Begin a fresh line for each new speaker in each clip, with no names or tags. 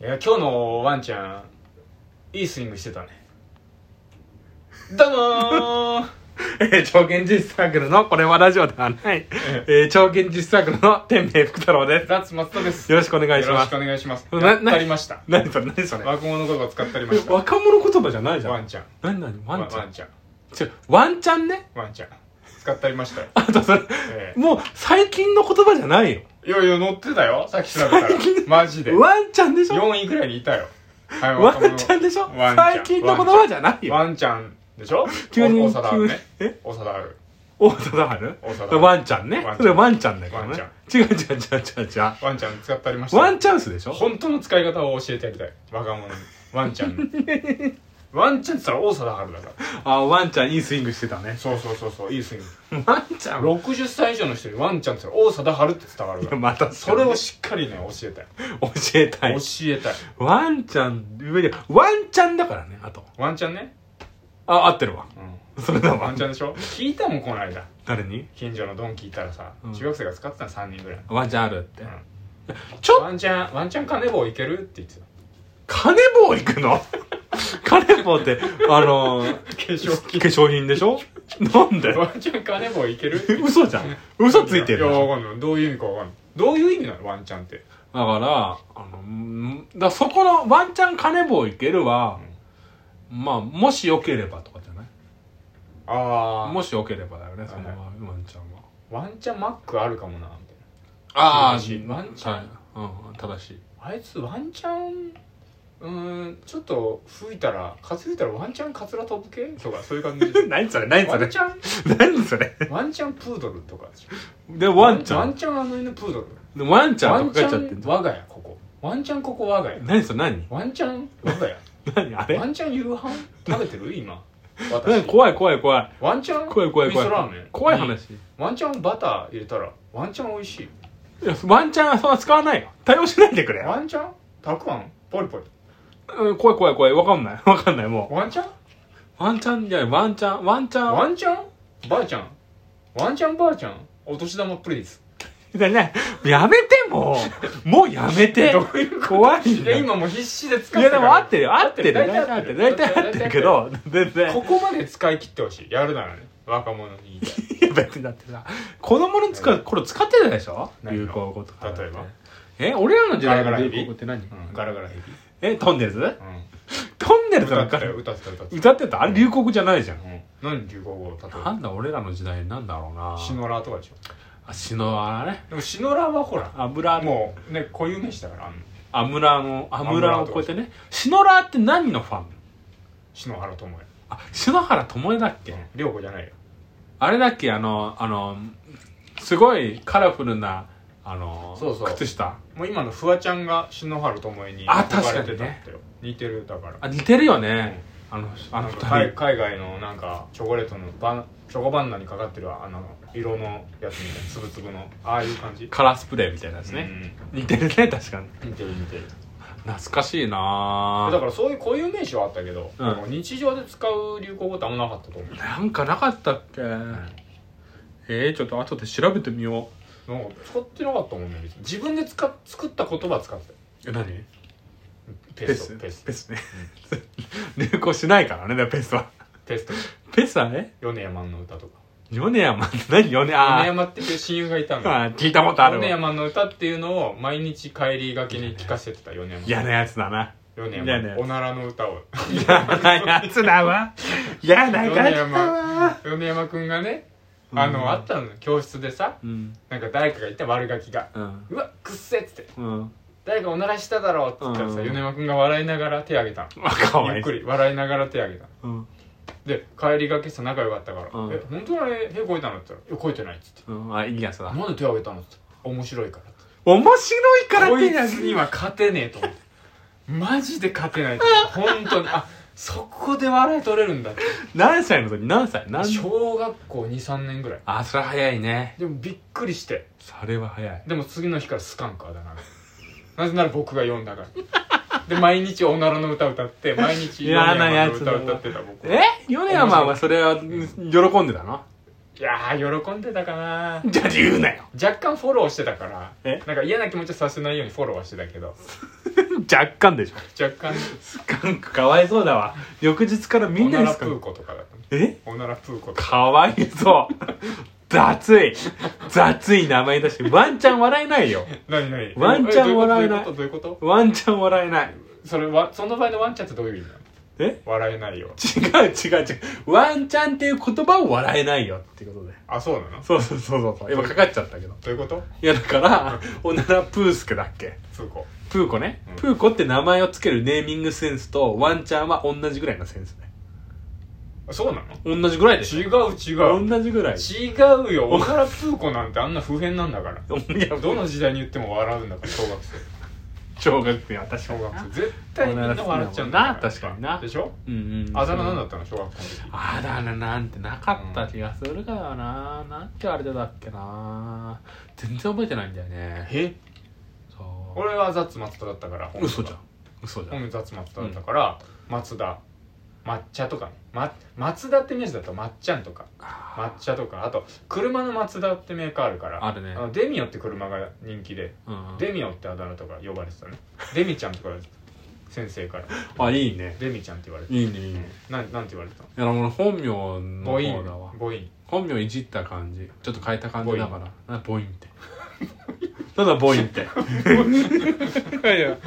いや今日のワンちゃんいいスイングしてたねどうもー
えー、超現実サークルの、これはラジオではない、えー、超現実サークルの天明福太郎で
ラッツ松田です
す。よろしくお願いし
よろ
ま
し
す
くお。願いします
な
やっ
な
たりました
何それ何それ
若者言葉使ったりまし
え
た
若者言葉じゃないじ ゃ
ワン
ん。
ちゃん
何何ワンちゃ
ワ
ん
ンちゃん
ちょ、ワンちゃんね。
ワンちゃん使ったりました よ
あとそれ、
え
もう最近の言葉じゃないよ。
えいやいや乗ってたよさっき調べ たらマジで
ワンちゃんでしょ
4位くらいにいたよはい
ワ
若者
ンちゃんでしょ
ワンちゃん
最近の言葉じゃないよ。
ワンちゃんでしょ
急に
お長田あるね
急にえ
長田ある
大貞治
王貞治
ワンちゃん
ワン
ね
ちゃん。
それワンちゃんだけど
ワンち
ね
ゃん。
違う違う違う違う違う。
ワンちゃん使ったりました
ワンチャンスでしょ
本当の使い方を教えてやりたい若者にワンちゃ んにワンちゃんって言ったら王貞治だから
あ、ワンちゃんいいスイングしてたね。
そうそうそうそういいスイング
ワンちゃん
60歳以上の人にワンちゃんって言ったら王貞治って伝わる
い
か
や
ら
また
それをしっかりね教えたい、
教えたい
教。えたい
ワンちゃん、上で、ワンちゃんだからね、あと。
ワンちゃんね、
あ、合ってるわ。
う
それだ
ん、ワ
わ
ンち。ゃんでしょ聞いたもんこの間
誰に
近所のドン聞いたらさ、
うん
中学生が使ってたの3人ぐらい
ワンちゃんあるって
ん。
ちょっと、
ワンちゃんワンちゃん金棒いけるって言ってた
金棒行く の金棒って、あのー、
化粧
化粧品でしょなんで
ワンちゃん金棒いけるって
え嘘じゃん。嘘ついてる
い
で
や
しょ
わかんないどういう意味かわかんないどういう意味なのワンちゃんって
だから、あの、んだからそこのワンチャン金棒いけるは、まあ、もしよければとかじゃない
ああ
もしよければだよね、その
はい
ワンちゃんは。
ワンチャンマックあるかもなみたい
ああ、
正しいワンチャン
はいうん、正しい。
なあいつワンチャンうーんちょっと吹いたら風吹いたらワンチャンカツラ飛ぶ系とかそういう感じ
何それ何
ワンチャン
何それ
ワンチャンプードルとかでしょ
で、ワンちゃ
ワン
ん。
チャンあの犬プードル
でワンちゃ
ワ
ん
ン
と
チ
か書いちゃって
ャ
ん
ン
の
我が家ここワンチャンここ我が家
何それ何
ワンチャン我が家
何あれ
ワンチャン夕飯食べてる今
何
私
怖い怖い怖い。
ワンチャン
怖い怖い怖
味噌ラーメ
い
ン。
怖い話。い
ワンチャンバター入れたらワンチャン美味しい
や、ワンちゃんはそんな使わないよ。対応しないでくれよ。
ワンチャンたくあんポリポリ
うん、怖い怖い怖い。わかんない。わかんない、も
ワンチャン
う。ワンちゃん、いや、ワンちゃん、ワンちゃん。
ワンチャンばあちゃんワンチャンばあちゃんお年玉プリーズ
ねね、やめてもう。もうやめて。
どういうこ
怖いん
い
だ
や
よ。
今もう必死で使
い
って
や
る
でも合ってるよ合ってる
大体
大
合
体合
っ
ってて
る
る大体合ってるけど全然
ここまで使い切ってほしいやるならね若者に
いや別にだってさ子供の使うこれ使ってたでしょ
何が
流行語とかだって
例えば
え俺らの時代
ガラガラ
の流
ヘビ
行語って何
うんガラガラヘビ
えトンネルズ
うん
トンネルズ
歌
の
ってた
歌
よ歌ってた歌って
歌ってたあれ流行語じゃないじゃん
たうん何流行語を例え
な
ば
んだ俺らの時代なんだろうな
シノラとかでしょ
あシノアね
でもシノラはほら
アムラの
もうね固有名詞だからあの
アムラのアムラ
アムラ
を
と
超えてねシノラって何のファン
篠原智也
あ篠原智恵だっけ
うん涼子じゃないよ
あれだっけあのあのすごいカラフルなあの
そうそう
靴下
もう今のフワちゃんが篠原智恵に
あ確か
て
に
たっ
ね
てよ似てるだから
あ似てるよね、あのあ
あの
の
二
二
人
人
海海外のなんかチョコレートのバンチョコバンナにかかってるあの色のやつみたいなつぶつぶのああいう感じ
カラースプレーみたいなやつね、似てるね確かに
うん似てる似てる
懐かしいな
だ
ぁ
からそういう固有名詞はあったけど、
うん
なんか日常で使う流行語ってあんまなかったと思う
なんかなかったっけ、えー、ちょっと後で調べてみよ
なんか使ってなかったもんね別に自分で使っ作った言葉使ってたよ
うえ何
ペストペ
ペ
ス
ス
ト
ペスね 流行しないからねだからペスは
ペスト
ペスはね
米山の歌とか
米山って何米あ
米
ー
山っていう親友がいたのよ
あー聞いたことある
米
わ
山の歌っていうのを毎日帰りがけに聞かせてた米山
嫌なやつだな
米
嫌なや
山
つ
おならの歌を
嫌なやつだわ嫌なやつだわ
米山くんがねあの、
うん
あったのよ教室でさ
うん
なんか誰かが言った悪ガキが
うん
「うわくっせ!」っつって
うん
「誰かおならしただろ」っつったらさ
うん
米山くんが笑いながら手あげた
あか
の
わ
ゆっ
い
く
そう
り笑いながら手あげたの
うん
で帰りがけさ仲良かったから「
うん
え本当にあれへこいたの?」って言ったら「いやこいてない」っつって
うんあいいやつ
「
だ
なんで手あげたの?」っつって「面白いから」って
面白いから
こ
手
い
にあげ
つには勝てねえと思ってマジで勝てないと思って本当にあそこで笑い取れるんだって
何歳の時何歳何
小学校23年ぐらい
あそれ早いね
でもびっくりして
それは早い
でも次の日からスカンカーだななぜなら僕が読んだからで毎日おならの歌歌って毎日
嫌なや
の
つ
歌
だな
歌ってた僕
え米山はそれは喜んでたの
いやー喜んでたかな
じゃあ言うなよ
若干フォローしてたから
え
なんか嫌な気持ちはさせないようにフォローはしてたけど
若干でしょ
若干
スカン クかわいそうだわ翌日からみ
オ
ん
ナ
なに
ラ
ス
プ
カン
ー
ク
コとかだったね
え
オナラプーコとか
かわいそう雑い雑い名前だしワンチャン笑えないよ
何何
ワンチャン笑えない
えどういうことどういうこ
ワンチャン笑えない
とそれはその場合のワンチャンってどういう意味なの
え
笑えないよ
違う違う違うワンチャンっていう言葉を笑えないよってことで
あそうなの
そうそうそうそうそう今かかっちゃったけど
どういうこと
いやだからおならプースケだっけ
通行
プーコね、
うん
プーコって名前をつけるネーミングセンスとワンチャンは同じぐらいのセンスね
あそうなの
同じぐらいでし
違う違
ょ
う
同じぐらい
違うよオナラプーコなんてあんな普遍なんだから
いや
どの時代に言っても笑うんだから小学生
小学生は確か
小
に
学生絶対みんな笑っちゃうんだ
な確かにな
でしょ
うんうん
あだ名なんだったの小学校の時
あだ名なんてなかった気がするからな、なんてあれだっけな全然覚えてないんだよね
え
そう
俺はザッツ松田だったから本名が
嘘じゃん嘘じゃ
本
ん
名ザッツ松田だったから松田抹茶とかねま松田って名字だとまっちゃんとか
あ
抹茶とかあと車の松田ってメーカーあるから
あるね
のデミオって車が人気で
ー、うん、
デミオってあだ名とか呼ばれてたねデミちゃんとか先生から
あいいね
デミちゃんって言われて
いいねいいね
なんなんて言われてたの
いや俺本名の
母
方だわ
音母音
本名いじった感じちょっと変えた感じだからなボインってなんだボインって いやいや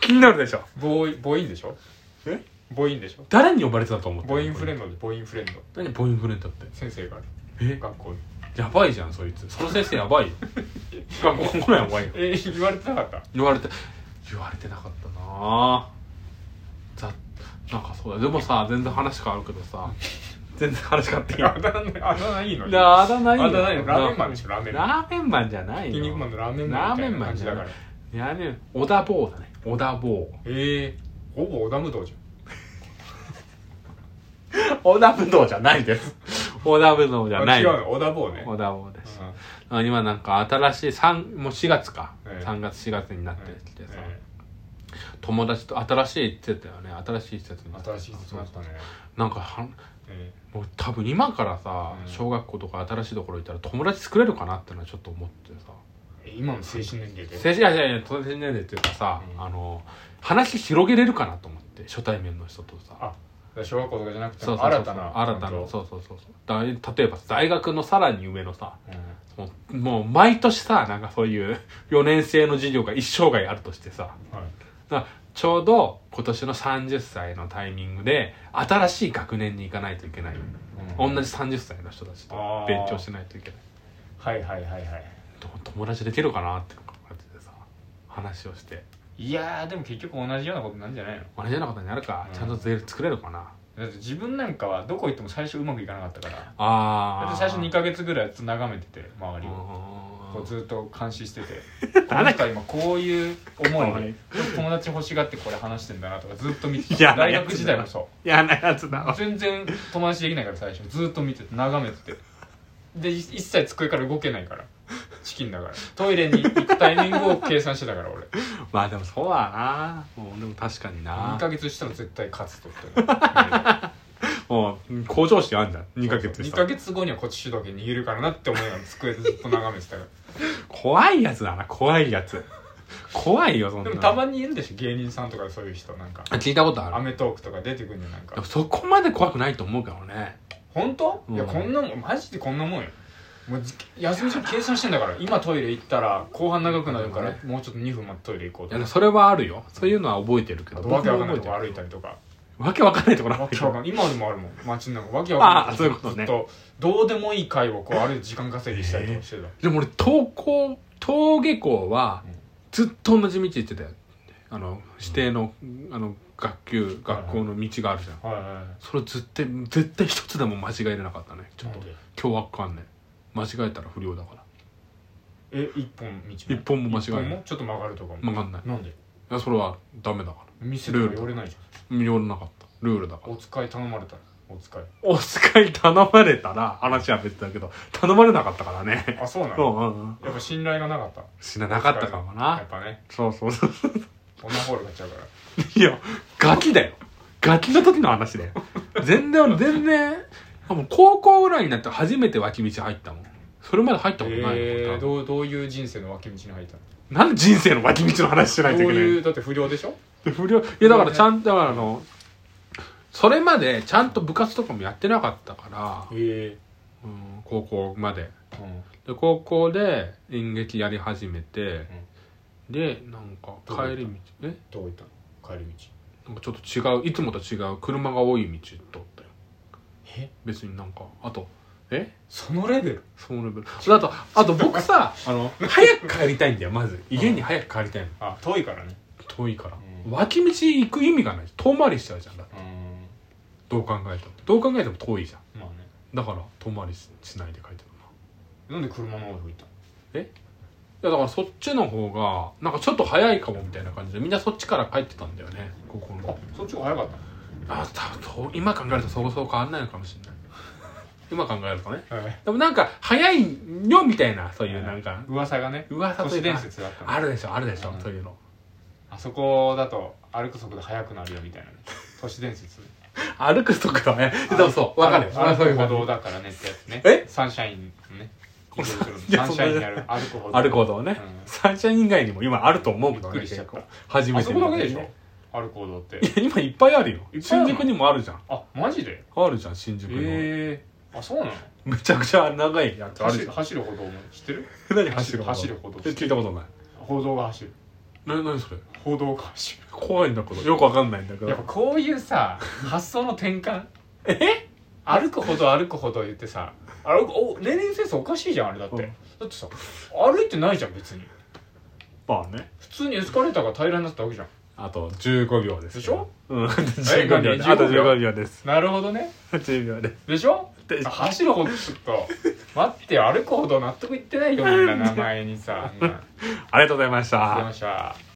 気になるでしょ
母音母音でしょ
え
母音でしょ
誰に呼ばれてたと思って
母音フレン
ド
ドで母音フレンド
何ボインフレンドって
先生がある
え
学校に
やばいじゃんそいつその先生やばいよ学校来ないやばいよ
え言われてなかった
言われて言われてなかったなあざなんかそうだでもさ全然話変わるけどさ全然話変わっていい
あだ名あだ名いいのに
あだ名いいよ
あだ名いいのラーメンマンでしょラーメンマン
ラーメンマンじゃないよ
筋肉マンのラーメンマン
ラー
み
メ
たい
ン
な
マン
感じ
じゃ
だ
な
か
い
ら
ラーメン小田坊だね小田坊
えー、ほぼ織田無道じ
小田武道じゃないです小田武道じ
ゃん
ゃな
あ
い
違うの織田坊ね
小田坊です
うん
あ今なんか新しい3もう4月か、
ええ
3月4月になってきてさ、
え
友達と新しい施設だよね新しい施設にな
え
った
新しい人になったね
なんかはん
え
もう多分今からさ、
うん
小学校とか新しいところ行ったら友達作れるかなってのはちょっと思ってさ
え今の精神年齢で
先生いやいやいや当然年齢っていうかさ、
うん
あの話広げれるかなと思って初対面の人とさ
あ小学校とかじゃなくて
そうそう
も
そう
新たな
新たな
環境
そうそうそうそうだ例えば大学のさらに上のさ
うん
もうもう毎年さなんかそういう4年生の授業が一生涯あるとしてさ
はい
だからちょうど今年の30歳のタイミングで新しい学年に行かないといけない、
うん
同じ30歳の人たちと
あー
勉強しないといけない
はいはいはいはい
と友達できるかなって考えててさ話をして
いやーでも結局同じようなことなんじゃないの
同じようなことになるか、
うん
ちゃんとゼ作れるかな
だって自分なんかはどこ行っても最初うまくいかなかったから
あ
だ
あ
って最初2ヶ月ぐらいずっと眺めてて周りをこう
う
ずっと監視しててこの人は今こういう思いで友達欲しがってこれ話してんだなとかずっと見て
嫌
た
な
大
やつだ
学時代もそ
嫌なやつだ
う全然友達できないから最初ずっと見てて眺めててでい一切机から動けないからチキンだからトイレに行くタイミングを計算してたから俺
まあでもそうだなもうでも確かにな
2ヶ月したら絶対勝つとって2
もう向上心あんじゃん2ヶ月
2
し
ヶ
た
月後にはこっち主導権握るからなって思いながら机でずっと眺めてた から
怖いやつだな怖いやつ怖いよそんな
でもたまにいるでしょ芸人さんとかそういう人なんか
あ聞いたこと
ア
ある
メトークとか出てくるんじゃんなん
で
か
もそこまで怖くないと思うけどね
本当、
うん
いやこんなもんマジでこんなもんよもうじ休み時間計算してんだから今トイレ行ったら後半長くなるから、
ね
もうちょっと2分待ってトイレ行こう
い
と
や
か
それはあるよそういうのは覚えてるけ
あ
ど
とわけわかんない
僕
とこ
も覚
歩
え
い
て
たりとか
るわけわかんないところ
わ
歩い
け
て
わ
る
かんない今でもあるもん街の中わけわかん
あ
な
ー
い
そういうことね
ずっとどうでもいい会をこう歩いて時間稼ぎしたりとかしてた、
でも俺登校登下校は
うん
ずっと同じ道行ってたよあの指定のあの学級学校の道があるじゃん
はいはいはい
それ絶対絶対一つでも間違えれなかったねち
ち
ょ
ょ
っ
っ
と
と
凶悪観念間違えたら不良だから
え一本道
一本も間違えない
一本もちょっと曲がるとかも、
曲がんない
なんで
いやそれはダメだから
店とか寄れないじ
見よれなかったルールだか
ゃん
ら
お使い頼まれたらお使い
お使い頼まれたら話は別だけど頼まれなかったからね
あそうな
う
の
んうんうん
やっぱ信頼がなかった
死ななかったかも
や
な
っぱね
そうそうそう
女ホール買っちゃうから
いやガキだよガキの時の話だよ全然俺全然あもう高校ぐらいになって初めて脇道入ったもんそれまで入ったことないもん
えー、
多分
どうどういう人生の脇道に入った
なんで人生の脇道の話しない
の
とい
どう
けない
い
の
うだって不良でしょ
で不良いやだからちゃんだからあのそれまでちゃんと部活とかもやってなかったから、
え
うん、高校まで
えうん
で高校で演劇やり始めて、でなんか帰り道え
どういったの帰り道
なんかちょっと違ういつもと違う車が多い道通ったよ
え
別になんかあとえ
そのレベル
そのレベルあとあと僕さあの 早く帰りたいんだよまず家に早く帰りたいの
あ遠いからね
遠いから、
うん
脇道行く意味がない遠回りしちゃうじゃんだって
うん
どう考えてもどう考えても遠いじゃん
まあね
だから遠回りししないで帰ってる
なんで車の方行ったの
ないやだからそっちの方がなんかちょっと早いかもみたいな感じでみんなそっちから帰ってたんだよね高校の
あそっちが早かった
あ多分そう今考えるとそうそう変わんないのかもしれない 今考えるとね
はい、
でもなんか早いよみたいなそういうなんか
噂がね
噂
都
とい
市
うか
伝説だったの
あるでしょあるでしょ
うん
そういうの
あそこだと歩く速度速くなるよみたいなね都市伝説
歩くとかはねでもそうわかるよ
歩
そうい
く
う
歩
こと
道だからねってやつね
え
サンシャインの ね
いや
サンシャインにある歩く歩道
歩くほどね
うん
サンシャイン以外にも今あると思うけど
びっ
ね
くりしちゃ
結
った
構初め
あ
て
そ
見
こ
た
だけでし
い
ょ歩く歩道って
や今いっぱいあるよ
いっぱいある
新
の
宿にもあるじゃん
あマジで
あるじゃん新宿の
ええあそうなの
めちゃくちゃ長いやつあ
走
るじ
る
ゃん
走る歩道も知ってる
何走る
走る歩道
え聞いたことない
歩道が走る
な何それ
歩道が走る
怖いんだけどよくわかんないんだけ
やっ
ど
ぱこういうさ発想の転換え歩くほど歩くほど言ってさ歩くお年齢先生おかしいじゃんあれだって、
うん
だってさ歩いてないじゃん別に
まあね
普通にエスカレーターが平らになってたわけじゃん
あと15秒です
でしょ
うん 15秒
何
あと
15秒
15秒です
なるほどね
10秒です
でしょ
で
あ走るほどちょっと待って歩くほど納得いってないよみんな名前にさみんな
ありがとうございまし
出
た
ました